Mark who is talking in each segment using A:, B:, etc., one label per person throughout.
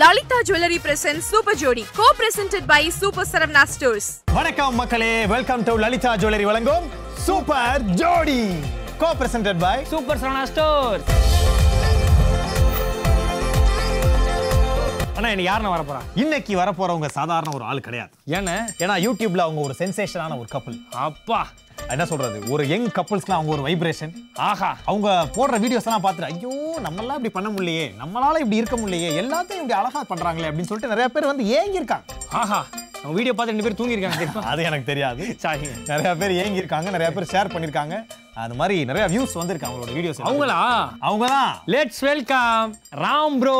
A: Lalitha jewellery presents super ஜோடி co presented by super Saravana stores
B: வணக்கம் மக்களே வெல்கம் டு லலிதா ஜுவல்லரி வழங்கும் சூப்பர் ஜோடி co presented by
C: super Saravana store அண்ணா இன்னைக்கு யாருண்ணா வர போறா
B: இன்னைக்கு வரப்போறவங்க சாதாரண ஒரு ஆள் கிடையாது
C: ஏண்ணே
B: ஏன்னா யூடியூப்ல அவங்க ஒரு சென்சேஷனான ஒரு கப்பல்
C: அப்பா
B: என்ன சொல்றது ஒரு யங் கப்பல்ஸ்லாம் அவங்க ஒரு வைப்ரேஷன்
C: ஆஹா
B: அவங்க போடுற வீடியோஸ் எல்லாம் பார்த்துட்டு ஐயோ நம்மளாம் இப்படி பண்ண முடியலையே நம்மளால இப்படி இருக்க முடியலையே எல்லாத்தையும் இப்படி அழகா பண்றாங்களே அப்படின்னு சொல்லிட்டு நிறைய பேர் வந்து ஏங்கியிருக்காங்க
C: ஆஹா நம்ம வீடியோ பார்த்து ரெண்டு பேரும் தூங்கியிருக்காங்க தெரியுமா
B: அது எனக்கு தெரியாது
C: சாரி
B: நிறைய பேர் ஏங்கியிருக்காங்க நிறைய பேர் ஷேர் பண்ணியிருக்காங்க அது மாதிரி நிறைய வியூஸ் வந்திருக்கு அவங்களோட வீடியோஸ்
C: அவங்களா
B: அவங்க தான்
C: let's welcome Ram bro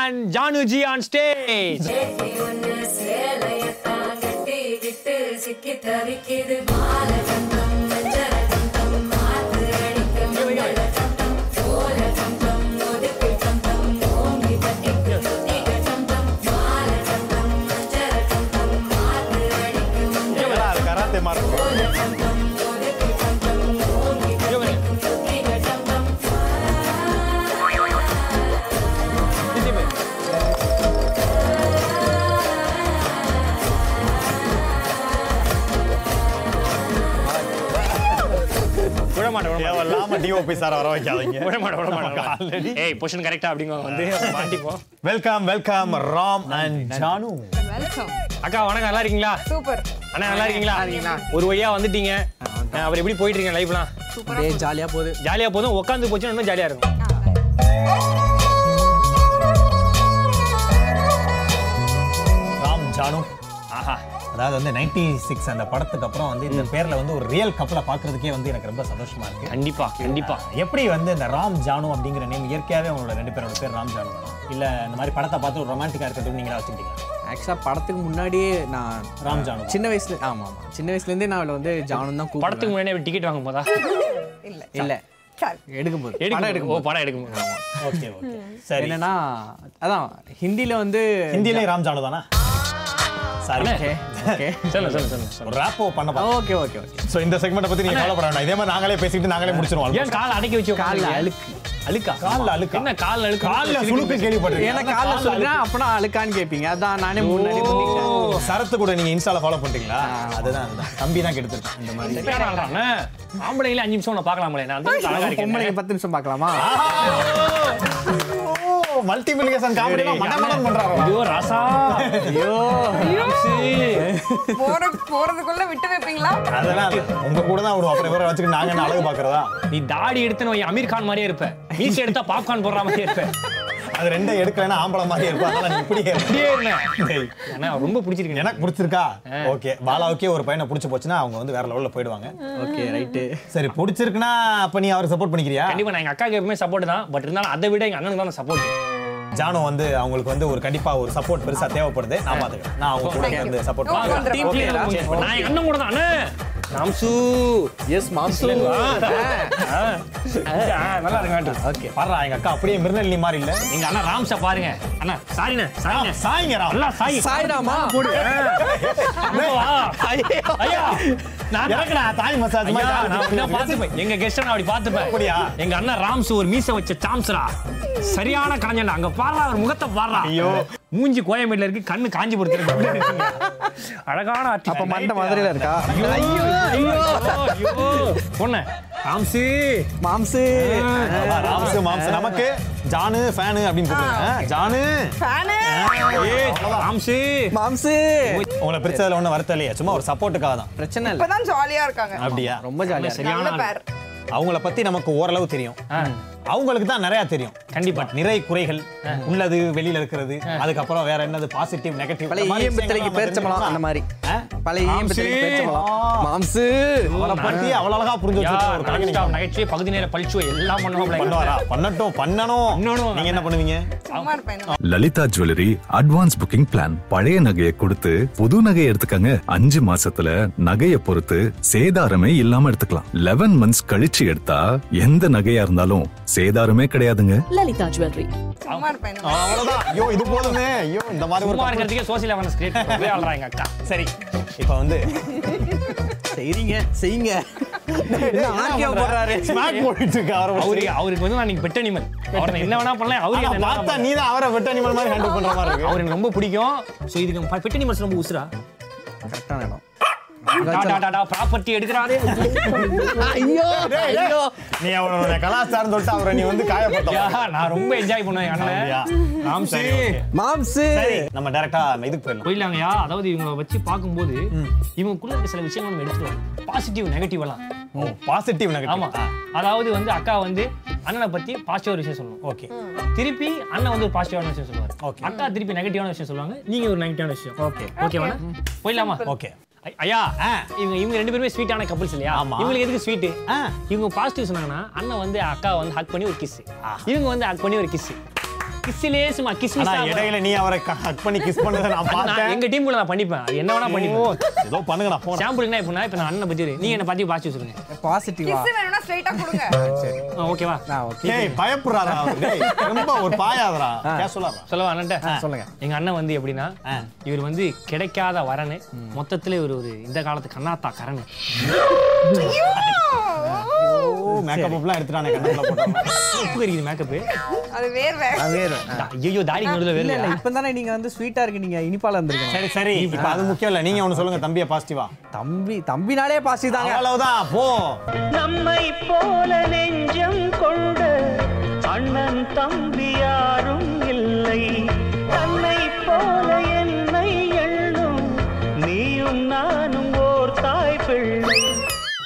C: and Januji on stage
D: சேத்தி ஒன்னு சேலைய தாங்கட்டி விட்டு சிக்கி தவிக்குது மால தந்தம் வஞ்சர தந்தம் மாத்து அடிக்கும் மங்கள தந்தம் சோழ தந்தம் ஒதுக்கு தந்தம் ஓங்கி தட்டிக்கு சுத்திக தந்தம் மால தந்தம் வஞ்சர தந்தம் மாத்து அடிக்கும் மங்கள
B: கராத்தே மார்க்
D: தந்தம் ஒதுக்கு தந்தம் ஓங்கி தட்டிக்கு சுத்திக தந்தம்
C: விட மாட்டேன் விட மாட்டேன்
B: தேவையில்லாம டிஓபி சார் வர வைக்காதீங்க
C: விட மாட்டேன் விட மாட்டேன்
B: Already.
C: ஏய் பொஷன் கரெக்டா அப்படிங்க வந்து மாட்டிப்போம்
B: welcome welcome Ram and Janu
A: welcome
C: அக்கா வணக்கம் நல்லா இருக்கீங்களா
A: சூப்பர்
C: அண்ணா நல்லா இருக்கீங்களா ஒரு வழியா வந்துட்டீங்க அவர் எப்படி போயிட்டு இருக்கீங்க லைஃப்லாம்
E: அப்படியே ஜாலியா போகுது
C: ஜாலியா போதும் உட்காந்து போச்சுன்னா இன்னும் ஜாலியா இருக்கும்
B: ராம் ஜானு
C: ஆஹா
B: அதாவது வந்து நைன்டி சிக்ஸ் அந்த படத்துக்கு அப்புறம் வந்து இந்த பேர்ல வந்து ஒரு ரியல் கப்பலை பாக்குறதுக்கே வந்து எனக்கு ரொம்ப சந்தோஷமா இருக்கு
C: கண்டிப்பா கண்டிப்பா
B: எப்படி வந்து இந்த ராம் ஜானு அப்படிங்கிற நேம் இயற்கையாவே உங்களோட ரெண்டு பேரோட பேர் ராம் ஜானு இல்ல இந்த மாதிரி படத்தை பார்த்து ஒரு ரொமான்டிக்கா இருக்கட்டும் நீங்களா வச்சுக்கிட்டீங்க
E: ஆக்சுவலா படத்துக்கு முன்னாடியே நான்
B: ராம் ஜானு
E: சின்ன வயசுல ஆமா ஆமா சின்ன வயசுல இருந்தே நான் அவளை வந்து ஜானு தான் கூப்பிடுவேன்
C: படத்துக்கு முன்னாடி டிக்கெட் வாங்க போதா
E: இல்ல எடுக்கும் போது
C: எடுக்கும்
E: படம்
C: போது.
E: எடுக்கும்
C: ஓ படம் எடுக்கும் போது.
B: ஓகே ஓகே சரி
E: என்னன்னா அதான் ஹிந்தில வந்து
B: ஹிந்திலே ராம் ஜானு தானா சரி
E: ஓகே ஓகே
C: சொல்லுங்க சொல்லுங்க சொல்லுங்க சொல்லுங்க
B: ஒரு ராப்போ பண்ண பாருங்க
E: ஓகே ஓகே ஓகே
B: சோ இந்த செக்மெண்ட்டை பத்தி நீங்க கவலைப்பட வேண்டாம் இதே மாதிரி நாங்களே பேசிட்டு நாங்களே முடிச்சிருவோம்
C: ஏன் கால் அடக்கி வச்சு
E: கால்ல
C: உட்கார்றீங்க?
E: அழுக்கு
C: அழுக்கா
B: கால்ல அழுக்கா?
C: என்ன கால் அழுக்கு
B: கால்ல சுளுக்கு கேள்விப்பட்டிருக்கேன்
E: ஏன்னா காலைல சொல்றேன் அப்பனா அழுக்கான்னு கேப்பீங்க அதான் நானே முன்னாடி பண்ணிக்கிட்டேன்.
B: ஓ, சரத்து கூட நீங்க இன்ஸ்டால ஃபாலோ பண்றீங்களா அதுதான் அதுதான் தம்பி தான் கெடுத்துருக்கேன் இந்த மாதிரி
C: சுத்தமான ஆள்டா, அண்ணே. ஆம்பளைங்களே அஞ்சு நிமிஷம் உன்னை பார்க்கலாம்ல நான் அந்த அளவுக்கு அழகா இருக்கேன்
E: பொம்பளைங்க பத்து நிமிஷம் பார்க்கலாமா
B: மல்டிபிளிகேஷன் காமெடி மனமனம் பண்றாங்க
C: ஐயோ ரசா
E: ஐயோ
F: போற போறதுக்குள்ள விட்டு வைப்பீங்களா
B: அதெல்லாம் அது. உங்க கூட தான் ஒரு அப்புறம் இவரை வச்சுக்கிட்டு நாங்க என்ன அழகு பாக்குறதா
C: நீ தாடி எடுத்தன அமீர் கான் மாதிரியே இருப்ப மீசை எடுத்தா பாப்கார்ன் போடுற மாதிரியே இருப்ப
B: அது ரெண்டும் எடுக்கலைன்னா ஆம்பளை மாதிரி இருக்கும் அதனால நீ இப்படியே இரு.
C: அப்படியே என்ன
B: டேய்,
C: அண்ணா ரொம்ப பிடிச்சிருக்கு
B: எனக்கு பிடிச்சிருக்கா ஓகே பாலாவுக்கே ஒரு பையனை பிடிச்சி போச்சுன்னா அவங்க வந்து வேற லெவல்ல போயிடுவாங்க
E: ஓகே ரைட்டு
B: சரி பிடிச்சிருக்குன்னா அப்ப நீ அவருக்கு சப்போர்ட் பண்ணிக்கிறியா
C: கண்டிப்பா நான் எங்க அக்காக்கு எப்பவுமே சப்போர்ட் தான் பட் இருந்தாலும் அதை விட எங்க அண்ணனுக்கு தான் சப்போர்ட்
B: ஜானு வந்து அவங்களுக்கு வந்து ஒரு கண்டிப்பா ஒரு சப்போர்ட் பெருசா தேவைப்படுது நான் பாத்துக்கிறேன் நான் அவங்க கூட இருந்து சப்போர்ட்
F: Okay.
B: பண்ணுவேன்
C: டீம் பிளேயர் நான் எங்க அண்ணன் கூட தான் அண்ணே ராம்சு
E: எஸ் மாம்சு
C: ஆ, நல்லா இருக்காட்டு
E: ஓகே
B: பாரு எங்க அக்கா அப்படியே மிருநெல்லி மாதிரி இல்ல
C: எங்க அண்ணா ராம்சா பாருங்க அண்ணா சாரிண்ணே சாரிண்ணே
B: சாய்ங்க ராம்
C: நல்லா சாய்
E: சாய்டாமா
C: அண்ணா, வா. ஐயா நான்
B: எனக்கு நான் தாய் மசாஜ்
C: ஐயா,
B: மாதிரி
C: நான் அப்படிதான்
B: நான் பார்த்து
C: பார்த்துப்பேன். எங்க guest அ நான் அப்படி பார்த்துப்பேன்.
B: அப்படியா?
C: எங்க அண்ணன் ராம்சு ஒரு மீசை வச்ச சாம்ஸ்ரா. சரியான கலைஞன்டா. அங்க பார்றா, அவர் முகத்தை பார்றா.
B: ஐயோ.
C: மூஞ்சி கோயம்பேடுல இருக்கு கண்ணு காஞ்சிபுரத்துல இருக்கு. அழகான artist.
E: அப்ப மண்டை மதுரையில இருக்கா
C: ஐயோ, ஐயோ, ஐயோ. பொண்ணு, ராம்சு.
E: மாம்சு
B: ஆமா, ராம்சு மாம்சு நமக்கு ஜானு ஃபேனு அப்படின்னு கூப்பிடுங்க ஆ, ஜானு
F: ஃபேனு
C: ஏய், ராம்சு.
E: மாம்சு
B: உங்களை பிரிச்சதுல ஒண்ணும் வருத்தம் இல்லையா சும்மா ஒரு சப்போர்ட்டுக்காக தான்
E: பிரச்சனை இல்ல
F: இப்பதான் ஜாலியா இருக்காங்க
B: அப்படியா
E: ரொம்ப ஜாலியா இருக்கு
C: சரியான
F: நல்ல
C: ஆளு.
F: பேர்
B: அவங்கள பத்தி நமக்கு ஓரளவு தெரியும்
C: ஆ,
B: அவங்களுக்கு தான் நிறைய தெரியும்
C: கண்டிப்பா
B: நிறை குறைகள் உள்ளது வெளியில இருக்கிறது அதுக்கப்புறம் வேற என்னது பாசிட்டிவ் நெகட்டிவ்
E: பழைய ஈயம்பத்திலைக்கு பேர்ச்சம்பளம் அந்த மாதிரி பழைய ஈயம்பத்திலைக்கு
C: மாம்சு.
E: பேர்ச்சம்பளம்
B: ஆ.
E: மாம்சு
B: அவளை பத்தி அவ்வளவு அழகா புரிஞ்சு
C: யா,
B: வச்சிருக்க ஒரு கலைஞன்
C: non-stop நகைச்சுவை, பகுதி நேர பளிச்சுவை எல்லாம் பண்ணுவாங்க
B: பண்ணுவாரா பண்ணட்டும் பண்ணணும்
C: பண்ணணும்.
B: நீங்க என்ன பண்ணுவீங்க
F: சும்மா இருப்பேன் இந்த
G: Lalitha jewellery advance booking plan பழைய நகையை கொடுத்து புது நகையை எடுத்துக்கங்க அஞ்சு மாசத்துல நகையை பொறுத்து சேதாரமே இல்லாம எடுத்துக்கலாம் லெவன் மந்த்ஸ் கழிச்சு எடுத்தா எந்த நகையா இருந்தாலும் சேதாரமே கிடையாதுங்க
H: Lalita Jewelry.
F: சும்மா இருப்பேன் இந்த
B: அவ்வளவுதான் ஐயோ இது போதுமே ஐயோ இந்த மாதிரி ஒரு
C: சும்மா இருக்கிறதுக்கே social awareness create பண்ணவே ஆள்றா எங்க அக்கா சரி
B: இப்போ வந்து
E: செய்றீங்க செய்யுங்க என்ன ஆர்கியா போடுறாரு
B: ஸ்மாக் போயிட்டு இருக்கு அவரை
C: அவரு அவருக்கு வந்து நான் இன்னைக்கு பெட் அனிமல் அவர் என்ன வேணா பண்ணலாம் அவரு என்ன
B: அவரு
C: வேணா
B: பார்த்தா
C: பண்ணலாம்.
B: நீ தான் அவரை வெட்ட animal மாதிரி ஹேண்டில் பண்ற மாதிரி இருக்கு
C: அவர் எனக்கு ரொம்ப பிடிக்கும் சோ இதுக்கு பெட் அனிமல்ஸ் ரொம்ப உசுரா
E: கரெக்டான இடம்
C: ப்ராப்பர்ட்டி எடுக்கிறாரே
E: ஐயோ ஐயோ
B: நீ அவனோட கலாச்சாரம் தொட்டு அவரை நீ வந்து
C: யா,
B: காயப்பட்ட
C: நான் ரொம்ப என்ஜாய் பண்ணுவேன் அண்ணன் நாம் சரி okay.
E: மாம்சு
B: சரி நம்ம டைரக்டா இதுக்கு போயிடலாம்
C: போயிடலாங்கய்யா அதாவது இவங்களை வச்சு பார்க்கும்போது இவங்களுக்குள்ள இருக்க சில விஷயங்கள் நம்ம எடுத்துருவோம் பாசிட்டிவ் நெகட்டிவ் எல்லாம்
B: பாசிட்டிவ்
C: ஆமா
B: நெகட்டிவ்
C: அதாவது வந்து அக்கா வந்து அண்ணனை பத்தி பாசிட்டிவ் விஷயம் சொல்லணும்
B: ஓகே
C: திருப்பி அண்ணன் வந்து ஒரு பாசிட்டிவான விஷயம் சொல்லுவாரு
B: Okay.
C: அக்கா திருப்பி நெகட்டிவான விஷயம் சொல்லுவாங்க நீங்க ஒரு நெகட்டிவான விஷயம் ஓகே ஓகேவா போயிடலாமா
B: ஓகே
C: ஐ- ஐயா இவங்க இவங்க ரெண்டு பேருமே ஸ்வீட்டான கப்பல்ஸ் இல்லையா
B: ஆமா.
C: இவங்களுக்கு எதுக்கு ஸ்வீட்
B: ஆ.
C: இவங்க பாசிட்டிவ் சொன்னாங்கன்னா அண்ணன் வந்து அக்கா வந்து ஹக் பண்ணி ஒரு கிஸ் இவங்க வந்து ஹக் பண்ணி ஒரு கிஸ் கிஸ்ஸிலே சும்மா கிஸ்
B: ஆனா இடையில நீ அவரை ஹக் பண்ணி கிஸ் பண்ணதை நான் பார்த்தேன்
C: எங்க டீம் நான் பண்ணிப்பேன் அது என்ன வேணா பண்ணிப்பேன்
B: ஏதோ பண்ணுங்க நான் போறேன்
C: சாம்பிள்னா இப்போ இப்ப நான் அண்ணனை பத்தி ஒரு- நீங்க என்ன பத்தி பாசிட்டிவ் சொல்லுங்க
E: பாசிட்டிவா
F: கிஸ் வேணும்னா ஸ்ட்ரைட்டா கொடுங்க
C: ஆ, ஓகேவா
E: ஆ ஓகே
B: டேய் பயப்படுறாரா அவரு? டேய் ரொம்ப ஒரு பாயாதரா கேசுலாரா
C: சொல்லவா அண்ணன்ட்ட
E: சொல்லுங்க.
C: எங்க அண்ணன் வந்து எப்படின்னா இவர் வந்து கிடைக்காத வரனு மொத்தத்துல இவர் ஒரு இந்த காலத்து கண்ணாத்தா கரணு
B: ஓ மேக்கப் எல்லாம் எடுத்துட்டானே கண்ணால போட்டாங்க
C: உப்பு கறிக்குது மேக்கப்பு
F: அது வேர்வை
E: வேற
C: ஐயோ தாடி நடுவில்
E: இல்ல
C: வேறு
E: இல்ல இப்பதானே நீங்க வந்து ஸ்வீட்டா இருக்கு நீங்க இனிப்பால இருந்திருக்கீங்க
B: சரி சரி இப்போ அது முக்கியம் இல்ல நீங்க ஒன்னு சொல்லுங்க தம்பியை பாசிட்டிவா
E: தம்பி தம்பினாலே பாசி தாங்க
B: அவ்வளவுதான் போ
H: நம்மை போல நெஞ்சம் கொண்ட அண்ணன் தம்பி யாரும் இல்லை தன்னை போல என்னை எண்ணும் நீயும் நானும் ஓர் தாய் பிள்ளை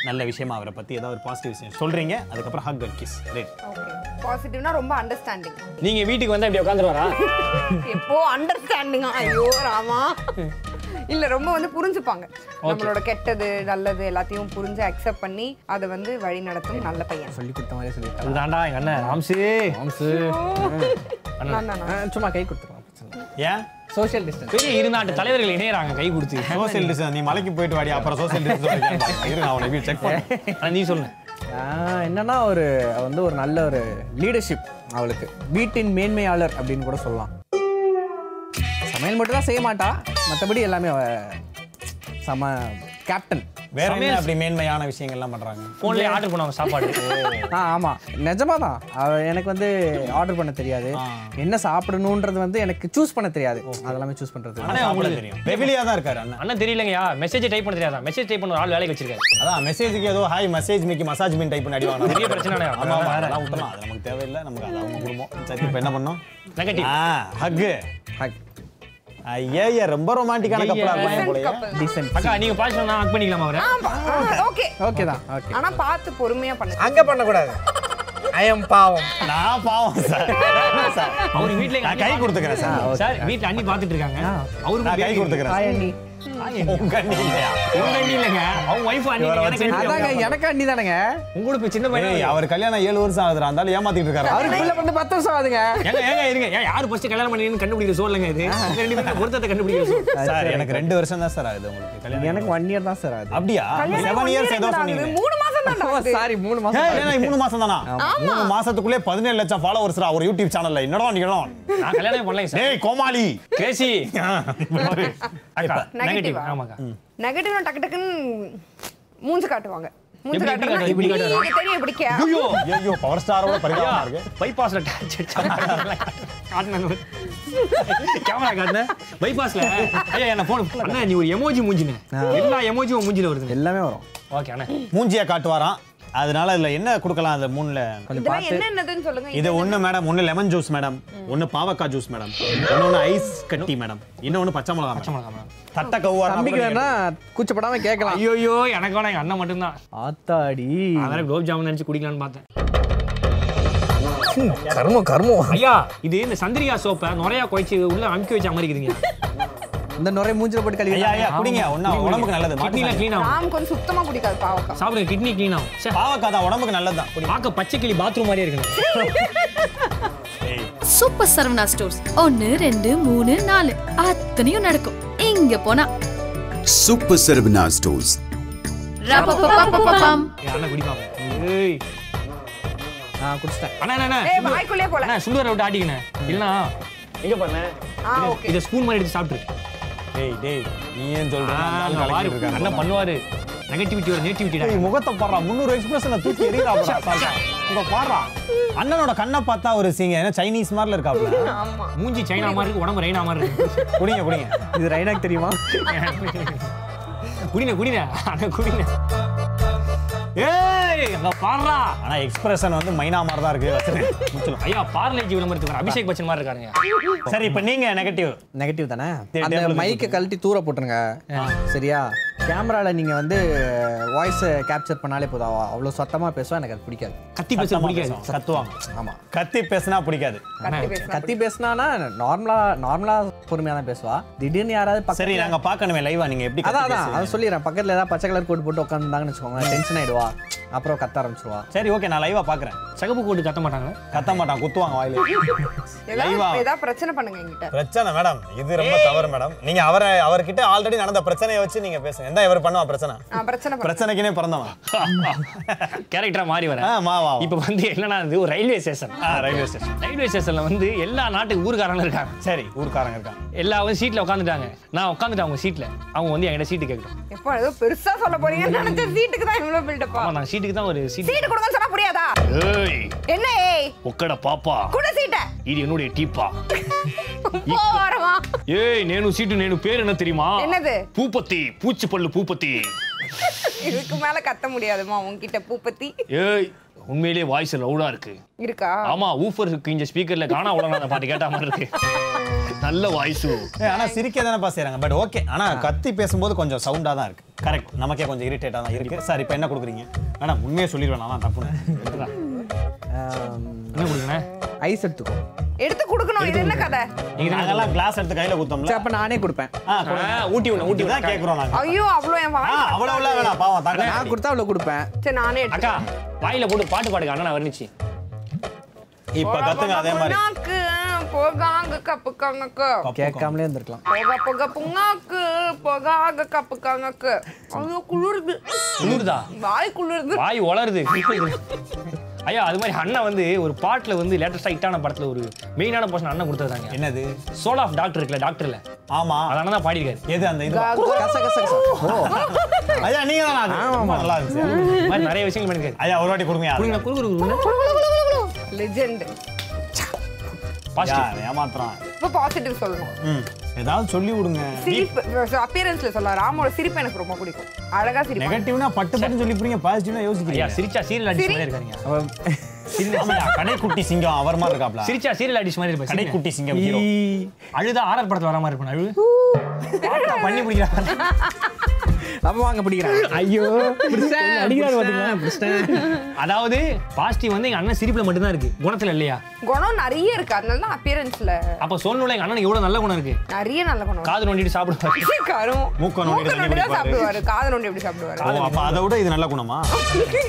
B: நல்ல விஷயமா அவரை பத்தி ஏதாவது ஒரு பாசிட்டிவ் விஷயம் சொல்றீங்க அதுக்கப்புறம் hug and kiss right
F: okay பாசிட்டிவ்னா ரொம்ப அண்டர்ஸ்டாண்டிங்
C: நீங்க வீட்டுக்கு வந்தா இப்படி உட்காந்துருவாரா
F: எப்போ அண்டர்ஸ்டாண்டிங்கா ஐயோ ராமா இல்ல ரொம்ப வந்து புரிஞ்சுப்பாங்க நம்மளோட கெட்டது நல்லது எல்லாத்தையும் புரிஞ்சு அக்செப்ட் பண்ணி அதை வந்து வழி நடத்தும் நல்ல பையன்
E: சொல்லி கொடுத்த மாதிரியே சொல்லிட்டேன்
C: அதுதான்டா எங்க அண்ணன் ராம்சி
E: மாம்சு
F: நான் தானா?
E: ஆ, சும்மா கை கொடுத்துருவோம்
B: ஏன்
E: சோஷியல் டிஸ்டன்ஸ்
C: பெரிய இரு நாட்டு தலைவர்கள் இணையறாங்க கை கொடுத்து
B: சோசியல் டிஸ்டன்ஸ் நீ மலைக்கு போயிட்டு வாடி அப்புறம் சோசியல் டிஸ்டன்ஸ் இரு நான் உனக்கு செக் பண்ணேன்
C: ஆனா நீ சொல்லு
E: என்னன்னா ஒரு அவ வந்து ஒரு நல்ல ஒரு லீடர்ஷிப் அவளுக்கு வீட்டின் மேன்மையாளர் அப்படின்னு கூட சொல்லலாம் சமையல் மட்டும் தான் செய்ய மாட்டா மற்றபடி எல்லாமே அவ சம கேப்டன்
B: வேற என்ன அப்படி மேன்மையான விஷயங்கள்லாம் பண்றாங்க
C: போன்லயே ஆர்டர் பண்ணுவாங்க சாப்பாடு
E: ஆ ஆமாம் நிஜமாக தான் அவ எனக்கு வந்து ஆர்டர் பண்ண தெரியாது என்ன சாப்பிடணுன்றது வந்து எனக்கு சூஸ் பண்ண தெரியாது அதெல்லாமே சூஸ் பண்ணுறது
B: ஆனா உங்களுக்கு தெரியும் ரெவிலியா தான் இருக்காரு அண்ணா
C: அண்ணன் தெரியலங்கய்யா மெசேஜ் டைப் பண்ண தெரியாதா மெசேஜ் டைப் பண்ண ஒரு ஆள் வேலைக்கு வச்சிருக்காரு
B: அதான் மெசேஜுக்கு ஏதோ ஹாய் மெசேஜ் மிக்கி மசாஜ் மீன் டைப் பண்ணி அடிவாங்க
C: பெரிய பிரச்சனை
B: ஆமா ஆமா அதெல்லாம் விட்டலாம் அது நமக்கு தேவையில்லை நமக்கு அது அவங்க குடும்பம் சரி இப்போ என்ன பண்ணோம்
C: நெகட்டிவ்
B: ஆ ஹக்கு ஐயா ரொம்ப ரொமான்டிக்கான கப்பலா இருப்பாங்க போலயே
E: டீசென்ட்
C: அக்கா நீங்க பாசிட்டிவ் நான் ஹக் பண்ணிக்கலாமா அவரை
F: ஓகே
E: ஓகே தான் ஓகே
F: ஆனா பார்த்து பொறுமையா பண்ணுங்க
E: அங்கே பண்ணக்கூடாது ஐ எம் பாவம்
B: நான் பாவம் சார் என்ன சார்
C: அவர் வீட்ல எங்க
B: நான் கை
C: அண்ணி
B: கொடுத்துக்கிறேன் சார்
E: ஆ, okay.
C: சார் வீட்ல அண்ணி பாத்துட்டு இருக்காங்க அவருக்கு
B: நான் கை கொடுத்துக்கிறேன்
E: ஹாய் அண்ணி
B: உங்க அண்ணி இல்லையா
C: உங்க அண்ணி இல்லைங்க அவங்க ஒய்ஃப் அண்ணி
B: இவரை
C: எனக்கு
B: வச்சு-
E: அதாங்க எனக்கு அண்ணி தானேங்க
C: உங்களுக்கு சின்ன பையன்
B: ஏய், அவர் கல்யாணம் ஏழு வருஷம் ஆகுதுடா இருந்தாலும் ஏமாத்திட்டு இருக்காரு
E: அவருக்கு பிள்ளை வந்து பத்து வருஷம் ஆகுதுங்க
C: ஏங்க ஏங்க இருங்க ஏன் யார் ஃபர்ஸ்ட் கல்யாணம் பண்ணீங்கன்னு கண்டுபிடிக்கிற சோல்லுங்க இது இந்த ரெண்டு பேரும் பொருத்தத்தை கண்டுபிடிக்கிற சோல்
B: சார் எனக்கு ரெண்டு வருஷம் தான் சார் ஆகுது உங்களுக்கு கல்யாணம்
E: எனக்கு ஒன் இயர் தான் சார் ஆகுது
B: அப்படியா செவன் இயர்ஸ் ஏதோ சொன்னீங்க
F: மூணு மாசம் தான் ஆகுது.
E: சாரி மூணு
B: ஏய்,
E: மாசம்
B: ஏன்னா மூணு மாசம் தானா மூணு மாசத்துக்குள்ளே பதினேழு லட்சம் ஃபாலோவர்ஸ்ரா ஒரு யூடியூப் சேனல்ல என்னடா நீடா
C: நான் கல்யாணம் பண்ணலைங்க சார்
B: டேய் கோமாளி
C: பேசி அக்கா நெகட்டிவ்
F: நெகட்டிவா?
C: ஆமாக்கா
F: நெகட்டிவ்னா டக்கு டக்குன்னு மூஞ்சு காட்டுவாங்க மூஞ்சு
C: எப்படி
F: காட்டுவாங்க
C: இப்படி
F: இப்படி
C: காட்டுவாங்க?
F: தெரியும் இப்படி கே-
C: ஐயோ
B: ஐயோ பவர் ஸ்டாரோட பரிதாபமா இருக்கு
C: பைபாஸ்ல டாச் காட்டினேன் கேமரா காட்டினேன் பைபாஸ்ல ஐயா என்ன போன் அண்ணா நீ ஒரு எமோஜி மூஞ்சினு எல்லா எமோஜியும் மூஞ்சில வருது
E: எல்லாமே வரும்
C: ஓகே அண்ணா
B: மூஞ்சியா காட்டுவாராம் அதனால இதுல என்ன கொடுக்கலாம் அந்த மூணுல
F: இதெல்லாம் என்ன என்னதுன்னு சொல்லுங்க
B: இது ஒண்ணு மேடம் ஒண்ணு லெமன் ஜூஸ் மேடம் ஒண்ணு பாவக்காய் ஜூஸ் மேடம் இன்னொன்னு ஐஸ் கட்டி மேடம் இன்னொன்னு பச்சை மிளகா மேடம் தட்டை
E: தம்பிக்கு
B: கவ்வாரம்
E: வேணா கூச்சப்படாம கேட்கலாம்
C: ஐயோ எனக்கு வேணா எங்க அண்ணன் மட்டும்தான்
E: ஆத்தாடி
C: அதனால குலோப் ஜாமுன் நினைச்சு குடிக்கலாம்னு பார்த்தேன்
E: கர்மம் கர்மம்
C: ஐயா இது இந்த சந்திரிகா சோப்பை நிறைய குழைச்சி உள்ள அமுக்கி வச்ச மாதிரி இருக்குதுங்க
E: இந்த நுரை மூஞ்சில போட்டு கழுவி
B: ஐயா ஐயா குடிங்க ஒண்ணா உடம்புக்கு நல்லது மாட்டு
C: கிட்னிலாம்
B: சாணி.
C: க்ளீன் ஆகும்
F: ராமுக்கு வந்து சுத்தமா பிடிக்காது பாவக்கா
C: சாப்பிடுங்க கிட்னி க்ளீன் ஆகும் சே
B: பாவக்காய் தான் உடம்புக்கு நல்லதுதான்
C: பார்க்க பச்சை கிளி பாத்ரூம் மாதிரியே இருக்குங்க
I: சூப்பர் சரவணா ஸ்டோர்ஸ் ஒன்னு ரெண்டு மூணு நாலு அத்தனையும் நடக்கும் இங்க போனா
J: Super Sarvana Stores.
I: ரப்பப்பப்பப்பப்பம்.
C: என் அண்ணன் குடிப்பாங்க ஏய்
E: ஆ குடிச்சிட்டேன்
C: அண்ணா அண்ணா,
F: ஏய்
C: அண்ணா
F: வாய்க்குள்ளே போல
C: அண்ணா சுடுவார விட்டு ஆட்டிக்கினேன் இல்லைண்ணா எங்க பண்ணேன்
F: ஆ ஓகே
C: இதை ஸ்பூன் மாதிரி எடுத்து சாப்பிட்டுருக்கு
B: டேய் டேய் நீ ஏன் சொல்ற
C: ஆ,
B: அந்த ஆள்
C: நான்
B: கலக்கிட்டு
C: வாரி-
B: இருக்காரு.
C: அண்ணன் பண்ணுவாரு நெகட்டிவிட்டி ஒரு நேட்டிவிட்டிடா
B: ஏய், முகத்தை பாடுறா முந்நூறு எக்ஸ்பிரஷனை தூக்கி எறிகிறா பாருடா. இங்க பாடுறா அண்ணனோட கண்ணை பார்த்தா ஒரு சீங்க ஏன்னா சைனீஸ் மாதிரில இருக்காப்ல
C: மூஞ்சி சைனா மாதிரி இருக்கு உடம்பு ரெய்னா மாதிரி இருக்கு
B: குடிங்க குடிங்க
E: இது ரைனாக் தெரியுமா
C: குடின குடின அண்ணா குடின ஏய் அங்க பாடுறா
B: ஆனா எக்ஸ்பிரஷன் வந்து மைனா மாதிரி தான் இருக்கு வச்சிருங்க. முடிச்சிடலாம்.
C: ஐயா பார்லேஜி விளம்பரத்துக்கு வர அபிஷேக் பச்சன் மாதிரி இருக்காருங்க
B: சரி இப்போ நீங்க நெகட்டிவ்
E: நெகட்டிவ் தானே
B: டே-
E: அந்த
B: டேபிளுக்கு
E: மைக்கை கழட்டி தூர போட்டுருங்க சரியா கேமரால நீங்க வந்து வாய்ஸை கேப்சர் பண்ணாலே போதும் அவ அவ்வளோ சத்தமா பேசுவா எனக்கு அது பிடிக்காது
C: கத்தி பேச
B: சத்தமா
C: பிடிக்காது
B: பேசுவாங்க. கத்துவாங்க
E: ஆமா
B: கத்தி பேசினா பிடிக்காது
F: கத்தி பேசினா
E: கத்தி பேசினானா நார்மலா நார்மலா பொறுமையா தான் பேசுவா திடீர்னு யாராவது
B: சரி
E: பக்கத்துல
B: நாங்க பார்க்கணுமே லைவா நீங்க எப்படி
E: அதான்
B: கத்தி
E: அதான்
B: பேசுவீங்க?
E: அதை சொல்லிடுறேன் பக்கத்துல ஏதாவது பச்சை கலர் கோட் போட்டு உட்காந்துருந்தாங்கன்னு வச்சுக்கோங்களேன் டென்ஷன் ஆயிடுவா அப்புறம் கத்த ஆரம்பிச்சிருவா
B: சரி ஓகே நான் லைவா பாக்குறேன்
C: சகப்பு கோட்டு கத்த மாட்டாங்க
B: கத்த மாட்டான் குத்துவாங்க வாயில லைவா.
F: ஏதாவது ஏதாவது பிரச்சனை பண்ணுங்க என்கிட்ட
B: பிரச்சனை மேடம் இது ரொம்ப தவறு மேடம் நீங்க அவரை அவர்கிட்ட ஆல்ரெடி நடந்த பிரச்சனையை வச்சு நீங்க பேசுங்க என்ன இவர் பண்ணுவா பிரச்சனை
F: நான் பிரச்சனை பண்ண
B: பிரச்சனைக்குனே பிறந்தவன்
C: கேரக்டரா மாறி வர
B: ஆ, மா, வா, வா.
C: இப்போ வந்து என்னன்னா இது ஒரு ரயில்வே ஸ்டேஷன்
B: ஆ, ரயில்வே ஸ்டேஷன்
C: ரயில்வே ஸ்டேஷன்ல வந்து எல்லா நாட்டு ஊர்காரங்களும் இருக்காங்க
B: சரி ஊர்க்காரங்க இருக்கான்
C: எல்லாரும் சீட்ல உட்காந்துட்டாங்க நான் உட்காந்துட்டேன் அவங்க சீட்ல அவங்க வந்து என்கிட்ட சீட்டு கேட்கட்டும்
F: எப்போ ஏதோ பெருசா சொல்ல போறீங்கன்னு நினைச்ச சீட்டுக்கு தான் இவ்வளவு பில்டப்பா
C: ஆமா நான் சீட்டுக்கு தான் ஒரு சீட்
F: சீட்டு கொடுங்கன்னு சொன்னா புரியாதா
C: ஏய்
F: என்ன ஏய்
C: ஒக்கட பாப்பா
F: குடு சீட்டை
C: இது என்னுடைய டீப்பா
F: போறமா
C: ஏய் நேனு சீட்டு நேனு பேர் என்ன தெரியுமா
F: என்னது?
C: பூப்பத்தி பூச்சி பல்லு பூப்பத்தி
F: இதுக்கு மேல கத்த முடியாதுமா உன்கிட்ட பூப்பத்தி
C: ஏய் உண்மையிலேயே வாய்ஸ் லவுடா இருக்கு
F: இருக்கா
C: ஆமா ஊஃபர் இருக்கு இந்த ஸ்பீக்கர்ல காணா உடனே அந்த பாட்டு கேட்ட மாதிரி இருக்கு நல்ல வாய்ஸ்
B: ஏய், ஆனா சிரிக்க தானே செய்றாங்க பட் ஓகே ஆனா கத்தி பேசும்போது கொஞ்சம் சவுண்டா தான் இருக்கு கரெக்ட் நமக்கே கொஞ்சம் இரிட்டேட்டா தான் இருக்கு சார் இப்போ என்ன கொடுக்குறீங்க மேடம் உண்மையே சொல்லிடுவேன் நான் தப்பு
C: என்ன கொடுங்க
E: ஐஸ் எடுத்துக்கோ
F: எடுத்து கொடுக்கணும் இது என்ன கதை
B: நாங்கெல்லாம் கிளாஸ் எடுத்து கையில கொடுத்தோம்ல
E: சரி அப்ப நானே கொடுப்பேன்
B: ஆ, கொடுங்க.
C: ஆ, ஊட்டி விடணும், ஊட்டி
B: தான் கேக்குறோம் நாங்க
F: ஐயோ அவ்வளவு என்
B: ஆ,
F: வாய்
B: அவ்வளவு வேணாம் பாவம் தாங்க
E: நான் கொடுத்தா அவ்வளோ கொடுப்பேன்
F: சரி நானே எடுத்து
C: அக்கா வாயில போட்டு பாட்டு பாடுங்க அண்ணா நான் வர்ணிச்சு
B: இப்ப கத்துங்க அதே மாதிரி
F: புண்ணாக்கு, போகாங்க கப்பு கணக்கு
E: கேட்காமலே இருந்திருக்கலாம்
F: போக போக புண்ணாக்கு போகாக கப்பு கணக்கு ஐயோ குளிருது
C: குளிர்தா
F: வாய் குளிருது
C: வாய் வளருது ஐயா அது மாதிரி அண்ணன் வந்து ஒரு பாட்டுல வந்து லேட்டஸ்டா ஹிட்டான படத்துல ஒரு மெயினான போர்ஷன் அண்ணன் கொடுத்துருந்தாங்க
B: என்னது
C: சோல் ஆஃப் டாக்டர் இருக்குல்ல டாக்டர்ல
B: ஆமா
C: அதனால தான் பாடியிருக்காரு
B: எது அந்த இது
E: கச கச கச ஓ
B: ஐயா நீங்க தான் அது. ரொம்ப நல்லா இருந்துச்சு
C: இந்த மாதிரி நிறைய விஷயங்கள் பண்ணிருக்காரு
B: ஐயா ஒரு வாட்டி கொடுங்க
C: குடுங்க, குடு, குடு, குடு.
F: Legend
C: Positive.
B: யார் ஏமாத்துறான்
F: இப்போ பாசிட்டிவ் சொல்லணும்
B: ம் ஏதாவது சொல்லி விடுங்க
F: சிரிப்பு அப்பியரன்ஸ்ல சொல்லலாம் ராமோட சிரிப்பு எனக்கு ரொம்ப பிடிக்கும் அழகா சிரிப்பு
B: நெகட்டிவ்னா பட்டு பட்டு சொல்லி புரியுங்க பாசிட்டிவ்னா
C: ஐயா
B: யோசிக்கிறீங்க
C: சிரிச்சா சீரியல் அடிச்சு மாதிரி இருக்காருங்க
E: அவன்
B: ஆமாடா, கடைக்குட்டி சிங்கம் அவர் மாதிரி இருக்காப்ல
C: சிரிச்சா சீரியல் அடிச்சு மாதிரி இருப்பாரு சிரிங்க.
B: கடைக்குட்டி சிங்கம் hero.
C: அழுதா ஆர்ஆர் படத்துல வர மாதிரி இருப்பாரு அழு பாட்டா பண்ணி பிடிக்கிறாரு
E: அப்ப வாங்க பிடிக்கிறேன்
C: ஐயோ
E: அடிக்கிறாரு பாத்தீங்களா
C: அதாவது பாசிட்டிவ் வந்து எங்க அண்ணன் சிரிப்புல மட்டும்தான் இருக்கு குணத்துல இல்லையா
F: குணம் நிறைய இருக்கு அதனால தான் அப்பியரன்ஸ்ல
C: அப்ப சொல்லணும்ல எங்க அண்ணனுக்கு எவ்வளவு நல்ல குணம் இருக்கு
F: நிறைய நல்ல குணம்
C: காது நோண்டிட்டு சாப்பிடுவாரு
F: கரும்
B: மூக்க நோண்டி தண்ணி
F: தான்
B: குடிப்பாரு.
F: சாப்பிடுவாரு காது நோண்டி எப்படி சாப்பிடுவாரு
B: ஓ, அப்ப அதை விட இது நல்ல குணமா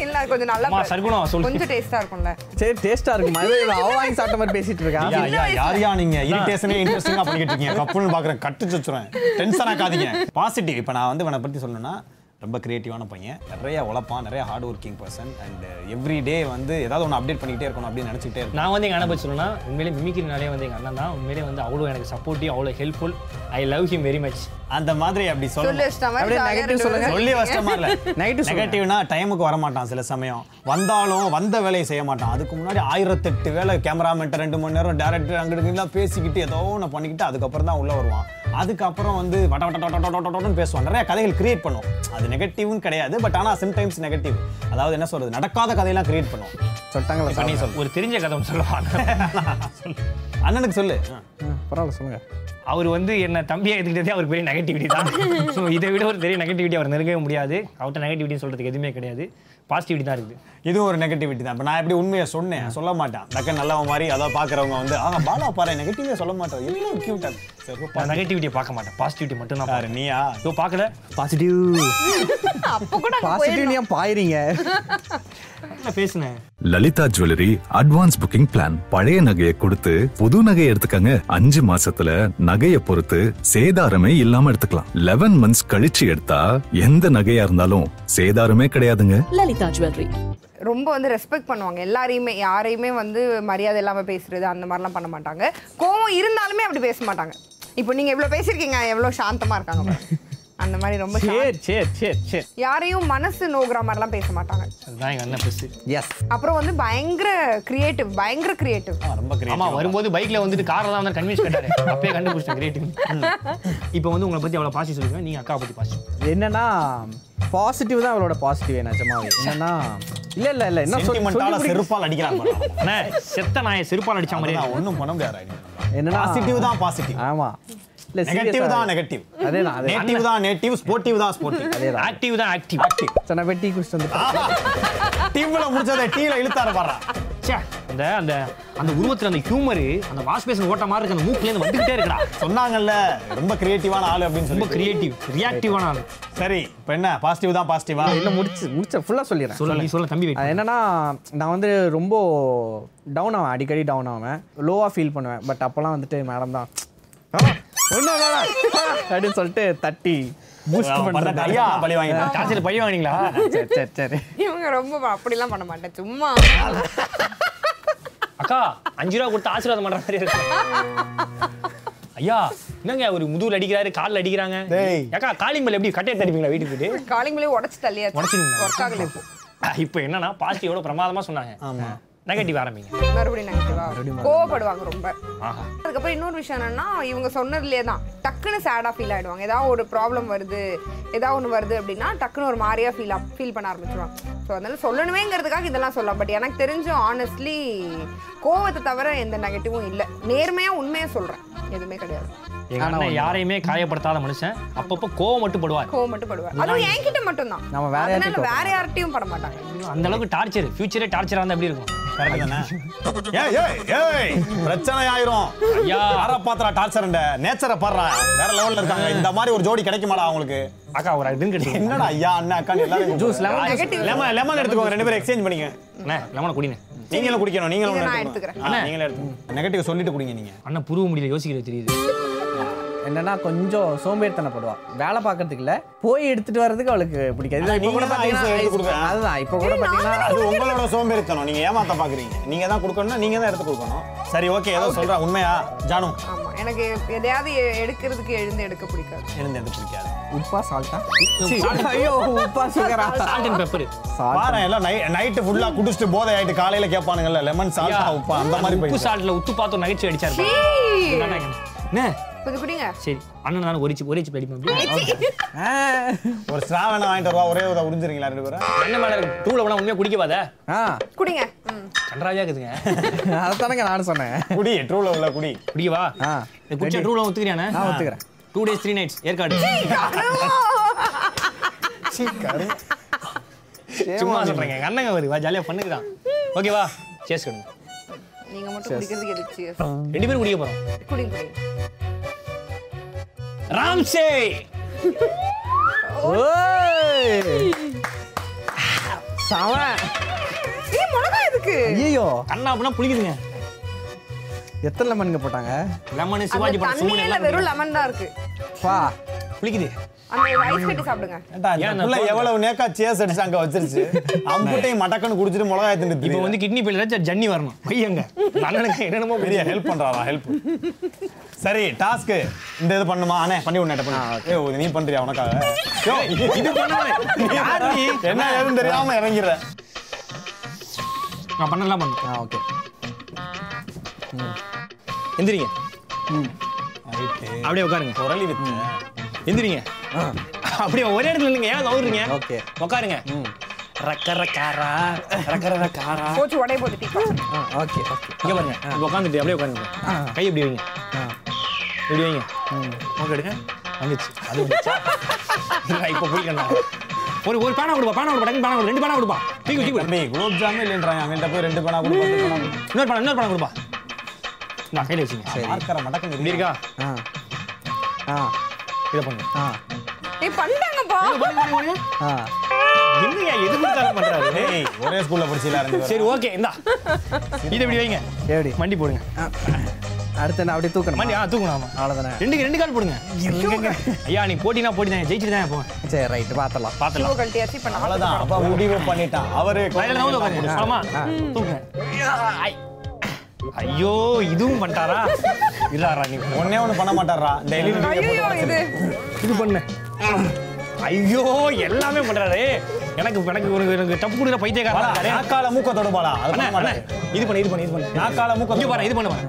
F: இல்ல அது கொஞ்சம்
C: அம்மா,
F: நல்லா
C: சற்குணம் சொல்லு.
F: கொஞ்சம் டேஸ்டா இருக்கும்ல
E: சரி டேஸ்டா இருக்குமா இது இவன் அவ வாங்கி சாப்பிட்ட மாதிரி பேசிட்டு இருக்கான்
B: ஐயா, ஐயா, யார் யா நீங்க இரிட்டேஷனே இன்ட்ரெஸ்டிங்கா பண்ணிக்கிட்டு இருக்கீங்க கப்புன்னு பாக்குறேன் கட்டு வச்சுறேன் டென்ஷன் ஆக்காதீங்க பாசிட்டிவ் இப்போ நான் வந்து இவனை பத்தி சொல்லணும்னா ரொம்ப கிரியேட்டிவான பையன் நிறைய உழைப்பான் நிறைய hard working person and every day வந்து ஏதாவது ஒன்று அப்டேட் பண்ணிக்கிட்டே இருக்கணும் அப்படின்னு நினச்சிக்கிட்டே இருக்கேன்
C: நான் வந்து எங்க அண்ணன் பத்தி சொல்லணும்னா உண்மையிலே மிமிக்கிறனாலே வந்து எங்க அண்ணன் தான் உண்மையிலே வந்து அவ்வளோ எனக்கு சப்போர்ட்டிவ் அவ்வளோ helpful I love him very much
B: அந்த மாதிரி அப்படி
F: சொல்லு
B: சொல்லணும்
F: வச்சிட்ட மாதிரி
E: அப்படியே
F: jolly ஆ
E: negative
F: ரெண்டு பேரும்
E: சொல்லுங்க.
B: சொல்லி வச்சமா இல்ல
E: Negative சொல்லுங்க.
B: நெகட்டிவ்னா டைமுக்கு வர மாட்டான் சில சமயம் வந்தாலும் வந்த வேலையை செய்ய மாட்டான் அதுக்கு முன்னாடி ஆயிரத்தெட்டு வேலை கேமராமேன்ட்ட ரெண்டு மணி நேரம் டேரக்டர் அங்கிட்டு எல்லாம் பேசிக்கிட்டு ஏதோ ஒன்று பண்ணிக்கிட்டு அதுக்கப்புறம் தான் உள்ள வருவான் அதுக்கப்புறம் வந்து வட வட வட வட வட வடன்னு பேசுவான் நிறைய கதைகள் கிரியேட் பண்ணும் அது நெகட்டிவ்னு கிடையாது பட் ஆனால் சம்டைம்ஸ் நெகட்டிவ் அதாவது என்ன சொல்றது நடக்காத கதையெல்லாம் கிரியேட் பண்ணும்
E: சொல்லிட்டாங்களா
B: பண்ணி
E: சாப்பிட?
B: சொல்லு
C: ஒரு தெரிஞ்ச கதை ஒன்று சொல்லுவாங்க
B: அண்ணனுக்கு சொல்லு
E: ஆ, பரவாயில்ல சொல்லுங்க
C: அவர் வந்து என்ன தம்பியை எடுத்துக்கிட்டதே அவர் பெரிய நெகட்டிவிட்டி தான் ஸோ இதை விட ஒரு பெரிய நெகட்டிவிட்டி அவர் நெருங்கவே முடியாது அவர்கிட்ட நெகட்டிவிட்டின்னு சொல்றதுக்கு எதுவுமே கிடையாது பாசிட்டிவிட்டி தான் இருக்குது
B: இதுவும் ஒரு நெகட்டிவிட்டி தான் இப்போ நான் எப்படி உண்மையை சொன்னேன் சொல்ல மாட்டேன் டக்கு நல்லவன் மாதிரி அதான் பார்க்குறவங்க வந்து ஆ பாலா பாரு நெகட்டிவே சொல்ல மாட்டேன் எவ்வளோ க்யூட்டாக சரி
C: நான் நெகட்டிவிட்டியை பார்க்க மாட்டேன் பாசிட்டிவிட்டி மட்டும் நான்
B: பாரு நீயா
C: ஸோ பார்க்கல பாசிட்டிவ்
F: அப்ப கூட அங்க போயிடணும்.
E: பாசிட்டிவ்லயும் பாயிறீங்க
C: பேசுனேன்
G: Lalitha jewellery advance booking plan பழைய நகையை கொடுத்து புது நகையை எடுத்துக்கங்க அஞ்சு மாசத்துல நகையை பொறுத்து சேதாரமே இல்லாம எடுத்துக்கலாம் லெவன் மந்த்ஸ் கழிச்சு எடுத்தா எந்த நகையா இருந்தாலும் சேதாரமே கிடையாதுங்க
K: Lalita Jewelry.
F: ரொம்ப வந்து ரெஸ்பெக்ட் பண்ணுவாங்க எல்லாரையுமே யாரையுமே வந்து மரியாதை இல்லாம பேசுறது அந்த மாதிரிலாம் பண்ண மாட்டாங்க கோவம் இருந்தாலுமே அப்படி பேச மாட்டாங்க இப்போ நீங்க இவ்வளவு பேசியிருக்கீங்க எவ்வளவு சாந்தமா இருக்காங்க பாருங்க. அந்த மாதிரி ரொம்ப short.
C: சேர் சேர் சேர் சேர்
F: யாரையும் மனசு நோக்குற மாதிரிலாம் பேச மாட்டாங்க
C: அதுதான் எங்க அண்ணன் பெருசு
E: எஸ்
F: அப்புறம் வந்து பயங்கர கிரியேட்டிவ் பயங்கர கிரியேட்டிவ்
B: ஆ, ரொம்ப
C: ஆமா
B: கிரேட்
C: வரும்போது பைக்ல வந்துட்டு கார்ல தான் வந்து கன்வின்ஸ் பண்ணாரு அப்பயே கண்டுபிடிச்சேன் கிரேட்டிங் இப்போ வந்து உங்களை பத்தி அவ்வளவு பாசி சொல்லுங்க நீங்க அக்கா பத்தி பாசி சொல்லுங்க.
E: என்னன்னா பாசிட்டிவ் தான் அவளோட பாசிட்டிவ் நிஜமாவே என்னன்னா இல்ல இல்ல இல்ல என்ன சொல்லி-
B: சென்டிமெண்டால
E: சொல்லி முடிக்க-
B: செருப்பால் அடிக்கிறாங்க
C: அண்ணே செத்த நாய செருப்பால் அடிச்ச மாதிரி
B: நான் ஒண்ணும் பண்ண முடியாது
E: என்னன்னா
B: பாசிட்டிவ் தான் பாசிட்டிவ்
E: ஆமா இல்ல
B: நெகட்டிவ் தான்
E: நெகட்டிவ்
B: நெகட்டிவ்
E: அதேதான் அதே
B: நேட்டிவ் தான் நேட்டிவ் ஸ்போர்ட்டிவ் தான் ஸ்போர்ட்டிவ்
E: அதேதான்
C: ஆக்டிவ் தான் ஆக்டிவ்
B: ஆக்டிவ்
E: சரி, நான் போய் டீ குடிச்சிட்டு வந்து
B: டீம்ல முடிச்சதை டீல இழுத்தார பாடுறா
C: ச்சே அந்த அந்த அந்த உருவத்துல அந்த ஹியூமர் அந்த வாஷ் பேசன் ஓட்ட மாதிரி இருக்க அந்த மூக்குல இருந்து வந்துகிட்டே இருக்கடா
B: சொன்னாங்கல்ல ரொம்ப கிரியேட்டிவான ஆளு அப்படின்னு
C: ரொம்ப
B: சொல்லி
C: கிரியேட்டிவ் ரியாக்டிவான ஆளு
B: சரி இப்ப என்ன பாசிட்டிவ் தான் பாசிட்டிவா
E: என்ன முடிச்சு முடிச்ச ஃபுல்லா சொல்லிடுறேன்
C: சொல்ல நீ சொல்ல தம்பி wait
E: அது என்னன்னா நான் வந்து ரொம்ப டவுன் ஆவேன் அடிக்கடி டவுன் ஆவேன் லோவாக ஃபீல் பண்ணுவேன் பட் அப்போல்லாம் வந்துட்டு மேடம் தான் ஒன்றும் அப்படின்னு சொல்லிட்டு தட்டி பூஸ்ட் பண்ணுறது
B: ஐயா பழி வாங்கிட்டான்
C: டார்ச்சர் பழி வாங்கினீங்களா
E: சரி சரி சரி
F: இவங்க ரொம்ப அப்படிலாம் பண்ண மாட்டேன் சும்மா
C: அக்கா அஞ்சு ரூபா கொடுத்து ஆசீர்வாதம் பண்ற மாதிரி இருக்கு ஐயா என்னங்க ஒரு முதுகுல அடிக்கிறாரு கால்ல அடிக்கிறாங்க
B: டேய்.
C: அக்கா காலிங் மேல எப்படி கட்டை எடுத்து அடிப்பீங்களா வீட்டுக்கு போயிட்டு
F: காலிங்களே உடச்சு தள்ளியாச்சு
C: உடைச்சிடுங்க.
F: ஒர்க் ஆகல இப்போ
C: அஹ், இப்போ என்னன்னா பாசிட்டிவோட பிரமாதமா சொன்னாங்க
B: ஆமா
C: நெகட்டிவ் ஆரம்பிங்க
F: மறுபடியும் நெகட்டிவா கோவப்படுவாங்க ரொம்ப
C: ஆஹா
F: அதுக்கப்புறம் இன்னொரு விஷயம் என்னன்னா இவங்க சொன்னதுலேயே தான் டக்குன்னு சேடாக ஃபீல் ஆயிடுவாங்க ஏதாவது ஒரு ப்ராப்ளம் வருது ஏதாவது ஒன்று வருது அப்படின்னா டக்குன்னு ஒரு மாதிரியா ஃபீல் ஃபீல் பண்ண ஆரம்பிச்சிடுவாங்க ஸோ அதனால சொல்லணுமேங்கிறதுக்காக இதெல்லாம் சொல்லலாம் பட் எனக்கு தெரிஞ்சு ஆனஸ்ட்லி கோவத்தை தவிர எந்த நெகட்டிவும் இல்லை நேர்மையாக உண்மையாக சொல்கிறேன் எதுவுமே கிடையாது
C: எங்க அண்ணன் யாரையுமே காயப்படுத்தாத மனுஷன் அப்பப்போ கோவம் மட்டும் படுவார்
F: கோவம் மட்டும் படுவார் அதுவும் என்கிட்ட மட்டும்தான்
E: நம்ம வேற
F: அதனால
E: யார்கிட்டயும்
F: வேற யார்கிட்டயும் பட மாட்டாங்க
C: அந்த அளவுக்கு டார்ச்சர் ஃபியூச்சரே டார்ச்சரா இருந்தா எப்படி இருக்கும்
B: கரெக்ட் தானே ஏய் ஏய் ஏய் பிரச்சனை ஆயிரும்
C: ஐயா.
B: யார பாத்துறா டார்ச்சர்ண்ட நேச்சரை பாடுறா வேற லெவல்ல இருக்காங்க இந்த மாதிரி ஒரு ஜோடி கிடைக்குமாடா அவங்களுக்கு
C: அக்கா ஒரு ட்ரிங்க் எடுத்து
B: என்னடா ஐயா அண்ணா அக்கா எல்லாரும்
E: ஜூஸ் லெமன்
B: லெமன் லெமன் எடுத்துக்கோங்க ரெண்டு பேரும் எக்ஸ்சேஞ்ச் பண்ணிங்க
C: அண்ணே லெமனை குடிங்க
B: நீங்களும் குடிக்கணும் நீங்களும்
F: இதை
B: ஒண்ணு
F: நான்
B: எடுத்துக்கணும். ஆ, நீங்களும் எடுத்துக்கோங்க நெகட்டிவ் சொல்லிட்டு குடிங்க நீங்க
C: அண்ணன் புருவ முடியல யோசிக்கிறது தெரியுது
E: என்னன்னா கொஞ்சம் சோம்பேறித்தனப்படுவா வேலை பார்க்கறதுக்கு இல்ல போய் எடுத்துட்டு வர்றதுக்கு அவளுக்கு பிடிக்காது
B: அதான்
E: இல்ல, இப்போ கூட
B: நீங்க தான் ice எடுத்து
E: பார்த்தீங்கன்னா
B: கொடுப்பேன்.
E: அதுதான் இப்போ கூட பார்த்தீங்கன்னா
B: அது உங்களோட சோம்பேறித்தனம் நீங்க ஏமாத்த பாக்குறீங்க நீங்க தான் கொடுக்கணும்னா நீங்க தான் எடுத்து கொடுக்கணும் சரி ஓகே ஏதோ சொல்றா உண்மையா ஜானு
F: ஆமா எனக்கு எதையாவது எ- எடுக்கிறதுக்கு எழுந்து எடுக்க பிடிக்காது
B: எழுந்து எடுத்து பிடிக்காது
E: உப்பா சால்ட்டா ஐயோ உப்பா சுகரா
C: சால்ட் அண்ட் பெப்பர்
E: சால்ட்
B: பாரு எல்லாம் நைட்டு ஃபுல்லா குடிச்சிட்டு போதை ஆயிட்டு காலையில கேட்பானுங்கல்ல லெமன் சால்ட்டா உப்பா அந்த மாதிரி
C: உப்பு
B: போயிடுச்சு
C: சால்ட்ல உத்து பார்த்து நகைச்சு அடிச்சாரு அண்ணா, அண்ணா. அண்ணே,
F: கொஞ்சம் குடிங்க
C: சரி அண்ணன் நானும் ஒரு சிப் ஒரே சிப் அடிப்போம் அப்படியே.
B: ஒரு ஸ்ராவணம் வாங்கிட்டு வருவா ஒரே ஒரு உறிஞ்சிருங்களா ரெண்டு பேரும்
C: அண்ணன் மேல இருக்கு. டூல போனா உண்மையா குடிக்கவாத
E: ஆ
F: குடிங்க ம்.
C: கன்றாவியா இருக்குதுங்க
E: அதுதானங்க நானும் சொன்னேன்
B: குடி ட்ரூல உள்ள குடி
C: குடிக்கவா
E: ஆ,
C: இந்த குடிச்ச டூல ஒத்துக்கிறியாண்ணே
E: நான் ஒத்துக்கிறேன்.
C: Two days three nights Yercaud சும்மா சொல்றேங்க எங்க அண்ணங்க வருவா ஜாலியா பண்ணுக்குதான் ஓகேவா சேஸ் கடுங்க
F: நீங்க மட்டும் குடிக்கிறதுக்கு எதுக்கு cheers?
C: ரெண்டு பேரும் குடிக்க போறோம்
F: குடிங்க குடிங்க
C: ராம்சே
E: ஓய் சம
F: ஏய் மிளகா எதுக்கு
E: ஐயோ
C: அண்ணா அப்படின்னா புளிக்குதுங்க
E: எத்தனை லெமனுங்க போட்டாங்க
C: லெமன்
F: அந்த
C: சிவாஜி படம் சும்மா
F: தண்ணியில
C: எல்லாம்
F: வெறும் லெமன் தான் இருக்கு
E: பா
C: புளிக்குது
F: அந்த ஐஸ் கட்டி சாப்பிடுங்க
B: ஏன்டா, இந்த
C: ஏன் நான்
B: புள்ள
C: போடுறேன்?
B: எவ்வளவு நேக்கா சேஸ் அடிச்சு அங்க வச்சிருச்சு அம்புட்டையும் மடக்கன்னு குடிச்சிட்டு மிளகாய் தின்னு
C: இப்போ வந்து கிட்னி ஃபெயிலியர் ஜன்னி வரணும் பையங்க அண்ணனுக்கு என்னென்னமோ
B: பெரிய ஹெல்ப் பண்றாரா ஹெல்ப் சரி டாஸ்க் இந்த இது பண்ணுமா அண்ணே பண்ணி உன்ன பண்ணு ஏய், இது நீ பண்றியா உனக்காக ஏய், இது பண்ணுவேன் யார் நீ என்ன ஏதுன்னு தெரியாம இறங்கிற
C: நான் பண்ணலாம் பண்ணு
E: ஆ ஓகே
C: எந்திரிங்க அப்படியே உட்காருங்க
B: குரலி வித்து
C: எந்திரிங்க அப்படியே ஒரே இடத்துல இல்லைங்க ஏன் நவுறீங்க
E: Okay.
C: உட்காருங்க ரக்கர காரா ரக்கர காரா
F: போச்சு உடைய போட்டு டீ காஃபி.
E: ஆ ஓகே ஓகே
C: இங்க பாருங்க இப்ப உட்காந்துட்டு அப்படியே உட்காருங்க
E: ஆ.
C: கை இப்படி வைங்க
E: ஆ
C: இப்படி வைங்க ஓகே எடுங்க வந்துச்சு அது வந்துச்சா இல்லை, இப்ப போய்க்கணும் ஒரு ஒரு பேனா கொடுப்பா பேனா கொடுப்பா டக்குனு பேனா கொடு ரெண்டு பேனா கொடுப்பா தூக்கி தூக்கி கொடு.
B: தம்பி குலோப் ஜாமே இல்லைன்றாங்க அவங்கள்ட்ட போய் ரெண்டு பேனா கூட பத்து பேனா கொடு.
C: இன்னொரு பணம் இன்னொரு பணம் கொடுப்பா நான் கையில் வச்சுங்க
B: பார்க்கற மடக்கன்
C: இப்படி இருக்கா
E: ஆ ஆ
C: இதை பண்ணுங்க
E: ஆ
F: ஏய் பண்ணிட்டாங்கப்பா
E: ஆ
C: என்னையா எது கொடுத்தாலும் பண்றாரு
B: ஏய் ஒரே ஸ்கூல்ல படிச்சீங்களா ரெண்டு பேரும்
C: சரி ஓகே இந்தா இதை இப்படி வைங்க
E: எப்படி
C: மண்டி போடுங்க
E: ஆ. அடுத்து நான் அப்படியே
C: மண்டி
E: தூக்கணும்
C: ஆ தூக்கணும்
E: அவ்வளோதானே
C: ரெண்டுக்கு ரெண்டு கால் போடுங்க ஐயா நீ போட்டினா போட்டி தான் ஜெயிச்சுட்டு தான் போவேன்
E: சரி ரைட் பார்த்தலாம்
C: பார்த்துலாம்
F: இவ்வளோ கழட்டியாச்சு இப்போ நான்
B: அவ்வளவுதான் அப்பா முடிவு பண்ணிட்டான் அவரு
C: வயலில் தான் உட்காந்து ஆமா தூக்குங்க ஐயோ இதுவும் பண்ணிட்டாரா இல்லாரா நீ
B: ஒன்னே ஒண்ணு பண்ண மாட்டாரா டெய்லி
F: ஐயோ இது
C: இது பண்ணு ஐயோ எல்லாமே பண்றாரு எனக்கு எனக்கு உனக்கு எனக்கு டப்பு கொடுக்குற பைத்தியக்காரன் இருக்காரு.
B: நாக்கால மூக்க தொடுபாளா அது பண்ண
C: அண்ணா, அண்ணா,
B: மாட்டாரு
C: இது பண்ணு இது பண்ணு இது பண்ணு
B: நாக்கால மூக்க
C: இங்க பாரு இது பண்ணுவேன்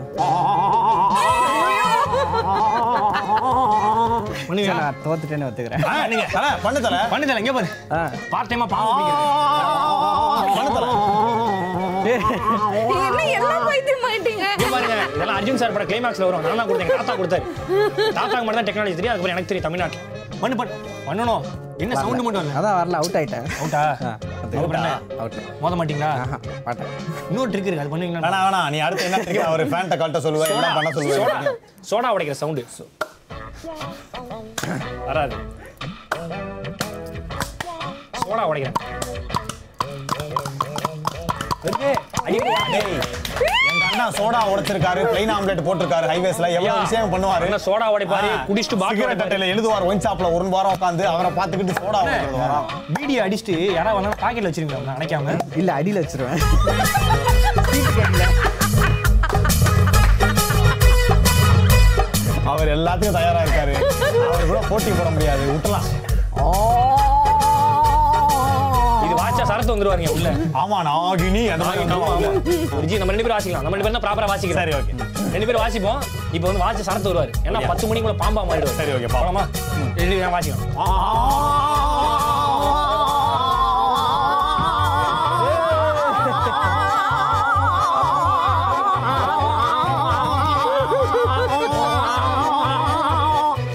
C: பண்ணுங்க
E: நான் தோத்துட்டேன்னு ஒத்துக்கிறேன்
C: பண்ணுங்க
B: தல பண்ணு தல
C: பண்ணு தல இங்க பாரு
E: ஆ.
C: பார்ட் டைமா பாவம்
B: பண்ணு தல
F: என்ன எல்லாம் பைத்தியம் மாட்டீங்க
C: இங்க பாருங்க இதெல்லாம் அர்ஜுன் சார் பட கிளைமாக்ஸ்ல வரும் நான் தான் கொடுத்தேன் எங்க தாத்தா கொடுத்தாரு தாத்தாக்கு மட்டும் தான் டெக்னாலஜி தெரியும் அதுக்கப்புறம் எனக்கு தெரியும் தமிழ்நாட்டுல பண்ணு பண்ணு பண்ணணும் என்ன சவுண்ட் மட்டும் வரல
E: அதான் வரல அவுட் ஆயிட்டேன்
C: அவுட்டா
E: அதுக்கப்புறம் என்ன? அவுட்
C: மோத மாட்டீங்களா
E: ஆஹா மாட்டேன்
C: இன்னொரு ட்ரிக் இருக்கு அது பண்ணுவீங்களா
B: வேணா வேணா நீ அடுத்து என்ன தெரியும் ஒரு ஃபேண்ட கழட்ட சொல்லுவேன் என்ன பண்ண சொல்லுவேன்
C: சோடா சோடா உடைக்கிற சவுண்டு வராது சோடா உடைக்கிறேன் இருக்கு. அடிக்கடி.
B: டேய், எங்க அண்ணா சோடா உடைச்சிருக்காரு பிளைன் ஆம்லெட் போட்டிருக்காரு ஹைவேஸ்ல எவ்வளவு விஷயம் பண்ணுவாரு
C: அண்ணா soda உடைப்பாரு, குடிச்சிட்டு bottle
B: சிகரெட்
C: உடைப்பாரு.
B: அட்டையில எழுதுவார் ஒயின் ஷாப்ல ஒரு வாரம் உட்காந்து அவரை பார்த்துக்கிட்டு சோடா உடைக்கிறது வரான்
C: பீடியை அடிச்சுட்டு யாராவது வந்தாலும் பாக்கெட்ல வச்சிருக்கீங்களா நினைக்காம
E: இல்ல அடியில வச்சிருவேன்
B: அவர் எல்லாத்துக்கும் தயாரா இருக்காரு அவர் கூட போட்டி போட முடியாது விட்டலாம்
C: இது வாட்சா சரத்து வந்துருவாருங்க உள்ள
B: ஆமா நாகினி அந்த மாதிரி
C: ஆமா.
B: வந்து-
C: குருஜி, நம்ம ரெண்டு பேரும் வாசிக்கலாம் நம்ம ரெண்டு பேரும் தான் ப்ராப்பரா வாசிக்கிறோம்
B: சரி ஓகே
C: ரெண்டு பேரும் வாசிப்போம் இப்போ வந்து வாசி சரத்து வருவாரு ஏன்னா பத்து மணிக்குள்ள பாம்பா மாறிடுவாரு
B: சரி, okay, பாப்போம்.
C: போலாமா ரெண்டு பேரும் வாசிக்கலாம்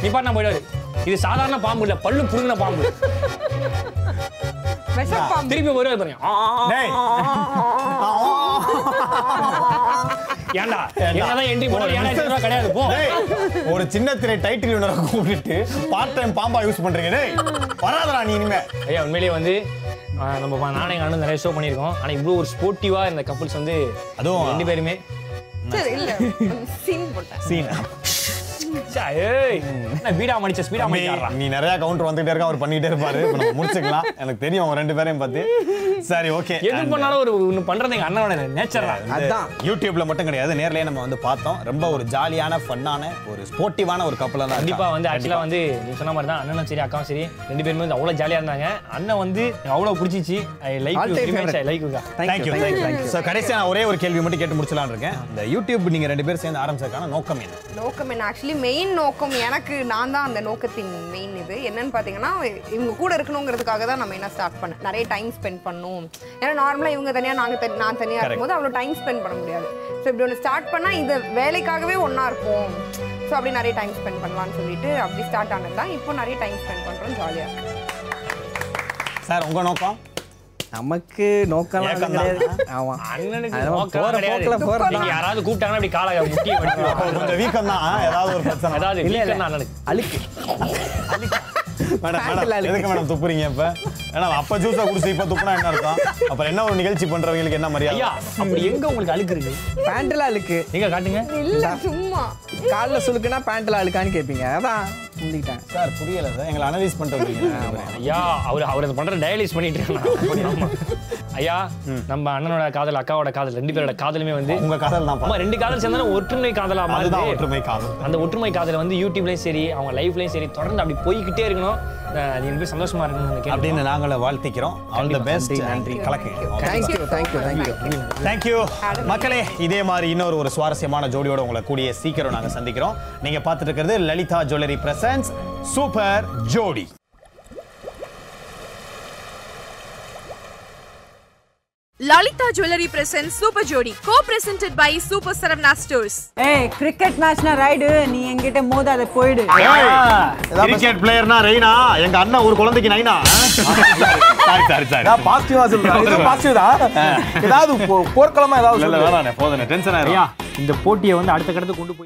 C: நிப்பாட்டினா போயிடுவாரு இது சாதாரண பாம்பு இல்ல பல்லு புடுங்கின பாம்பு
F: விஷப்பாம்பு
C: திருப்பி வருவாரு பாருங்க ஆ,
B: டேய்
C: ஏன்டா
B: ஏன்டா?
C: என்னதான் என்ட்ரி போடுறது ஏன்னா எத்தனை ரூபா கிடையாது போ
B: டேய், ஒரு சின்ன திரை டைட்டில் ஒன்று கூப்பிட்டுட்டு பார்ட் டைம் பாம்பா யூஸ் பண்றீங்க டேய் வராதடா நீ இனிமே
C: ஐயா உண்மையிலேயே வந்து ஆ, நம்ம ப- நானே எங்க அண்ணன் நிறைய ஷோ பண்ணியிருக்கோம் ஆனா இவ்வளோ ஒரு ஸ்போர்ட்டிவா இந்த கப்புள்ஸ் வந்து
B: அதுவும்
C: ரெண்டு பேருமே
F: சரி இல்ல சீன் போட்டேன்
B: சீன்
C: ச்சா, ஏய் என்ன பீடா மடிச்ச ஸ்பீடா
B: நீ
C: மடிச்சாடுறா
B: நீ நிறைய கவுண்டர் வந்துட்டே இருக்க அவர் பண்ணிட்டே இருப்பாரு இப்ப நம்ம முடிச்சுக்கலாம் எனக்கு தெரியும் அவங்க ரெண்டு பேரையும் பத்தி சரி ஓகே
C: எது பண்ணாலும் ஒரு ஒன்று பண்றது எங்க அண்ணனோட நேச்சர் தான்
E: அதான்.
B: யூடியூப்ல மட்டும் கிடையாது நேர்லயே நம்ம வந்து பார்த்தோம் ரொம்ப ஒரு ஜாலியான ஃபன்னான ஒரு ஸ்போர்ட்டிவான ஒரு கப்பல தான்
C: கண்டிப்பா
B: இருக்காங்க.
C: வந்து ஆக்சுவலா வந்து நீ சொன்ன மாதிரி தான் அண்ணனும் சரி அக்காவும் சரி ரெண்டு பேருமே வந்து அவ்வளவு ஜாலியா இருந்தாங்க அண்ணன் வந்து எனக்கு அவ்வளவு பிடிச்சிச்சு I like
E: All time favorite.
C: லைக்குக்கா
B: thank you thank you so கடைசியா நான் ஒரே ஒரு கேள்வி மட்டும் கேட்டு முடிச்சலாம்னு இருக்கேன் இந்த யூடியூப் நீங்க ரெண்டு பேரும் சேர்ந்து ஆரம்பிச்சதுக்கான நோக்கம் என்ன
F: நோக்கம் என்ன ஆக்சுவலி மெயின் நோக்கம் எனக்கு நான் தான் அந்த நோக்கத்தின் மெயின் இது என்னன்னு பார்த்தீங்கன்னா இவங்க கூட இருக்கணுங்கிறதுக்காக தான் நம்ம என்ன ஸ்டார்ட் பண்ண நிறைய டைம் ஸ்பெண்ட் பண்ணும் ஏன்னா நார்மலாக இவங்க தனியாக நாங்கள் தனி நான் தனியாக இருக்கும்போது அவ்வளோ டைம் ஸ்பெண்ட் பண்ண முடியாது ஸோ இப்படி ஒன்று ஸ்டார்ட் பண்ணால் இது வேலைக்காகவே ஒன்றா இருப்போம் ஸோ அப்படி நிறைய டைம் ஸ்பெண்ட் பண்ணலாம்னு சொல்லிட்டு அப்படி ஸ்டார்ட் ஆனது தான் இப்போ நிறைய டைம் ஸ்பெண்ட் பண்ணுறோம் ஜாலியாக இருக்கு
B: சார் உங்க நோக்கம்
E: நமக்கு நோக்கம்
B: ஏக்கம் தான்.
E: கிடையாது ஆமா
C: அண்ணனுக்கு
E: அது நம்ம
C: நோக்கம்
E: போற
C: கிடையாது.
E: போக்குல போறோம்.
C: நீங்க யாராவது கூப்பிட்டாங்கன்னா அப்படி காலை முக்கி வடிச்சிடுவாங்க.
B: கொஞ்சம் வீக்கம் தான் ஏதாவது ஒரு பிரச்சனை
C: அதாவது
E: இல்ல, இல்ல.
C: வீக்கெண்ட் அண்ணனுக்கு
E: அழுக்கு
B: மேடம்
E: Pant
B: மேடம்
E: ல அழுக்கு.
B: எதுக்கு மேடம் துப்புறீங்க இப்ப ஏன்னா அப்ப ஜூஸா குடிச்சு இப்ப துப்புனா என்ன அர்த்தம் அப்புறம் என்ன ஒரு நிகழ்ச்சி பண்றவங்களுக்கு என்ன
C: ஐயா
B: மரியாதை
C: அப்படி எங்க உங்களுக்கு அழுக்கு இருக்கு
E: பேண்ட்ல அழுக்கு
C: எங்க காட்டுங்க
F: இல்லை சும்மா
E: கால்ல சுழுக்குனா பேண்ட்ல அழுக்கான்னு கேட்பீங்க அதான் முந்திக்கிட்டேன்
B: சார் புரியல சார் எங்களை அனலைஸ் பண்ணிட்டு வந்தீங்க
C: ஐயா அவர் அவர் அதை பண்ற டயலிஸ் பண்ணிட்டு இருக்காங்க ஆமா. ஐயா நம்ம அண்ணனோட காதல் அக்காவோட காதல் ரெண்டு பேரோட காதலுமே வந்து
B: உங்க காதல் தான்
C: ஆமா
B: பாரு.
C: ரெண்டு காதல் சேர்ந்தாலும் ஒற்றுமை காதலா
B: அதுதான்
C: மாறுது
B: ஒற்றுமை காதல்
C: அந்த ஒற்றுமை காதல் வந்து யூடியூப்லயும் சரி அவங்க லைஃப்லயும் சரி தொடர்ந்து அப்படி போய்கிட்டே இருக்கணும் அஹ் நீங்க போய் சந்தோஷமா இருக்கணும் அந்த கேள்வி
B: அப்படின்னு நாங்கள வாழ்த்திக்கிறோம் ஆல் தி பெஸ்ட் நன்றி கலக்கு
E: தேங்க்யூ தேங்க்யூ தேங்க்யூ
B: தேங்க்யூ மக்களே இதே மாதிரி இன்னொரு ஒரு சுவாரஸ்யமான ஜோடியோட உங்களை கூடிய சீக்கிரம் நாங்க சந்திக்கிறோம் நீங்க பார்த்துட்டு இருக்கிறது Lalitha jewellery presents super Jodi
A: Lalitha jewellery present super ஜோடி co presented by super Saravana stores
K: ஏய் கிரிக்கெட் மேட்ச்னா ரைடு நீ என்கிட்ட மோதாத போயிடு
B: கிரிக்கெட் பிளேயர்னா ரெய்னா எங்க அண்ணன் ஒரு குழந்தைக்கு நைனா சாரி சாரி சாரி
E: பாசிட்டிவா சொல்றேன் பாசிட்டிவா ஏதாவது போர்க்களமா ஏதாவது
B: இல்ல வேணாண்ணே போதுண்ணே டென்ஷன் ஆயிரும்
C: ஐயா இந்த போட்டியை வந்து அடுத்த கடத்துக்கு கொண்டு போய்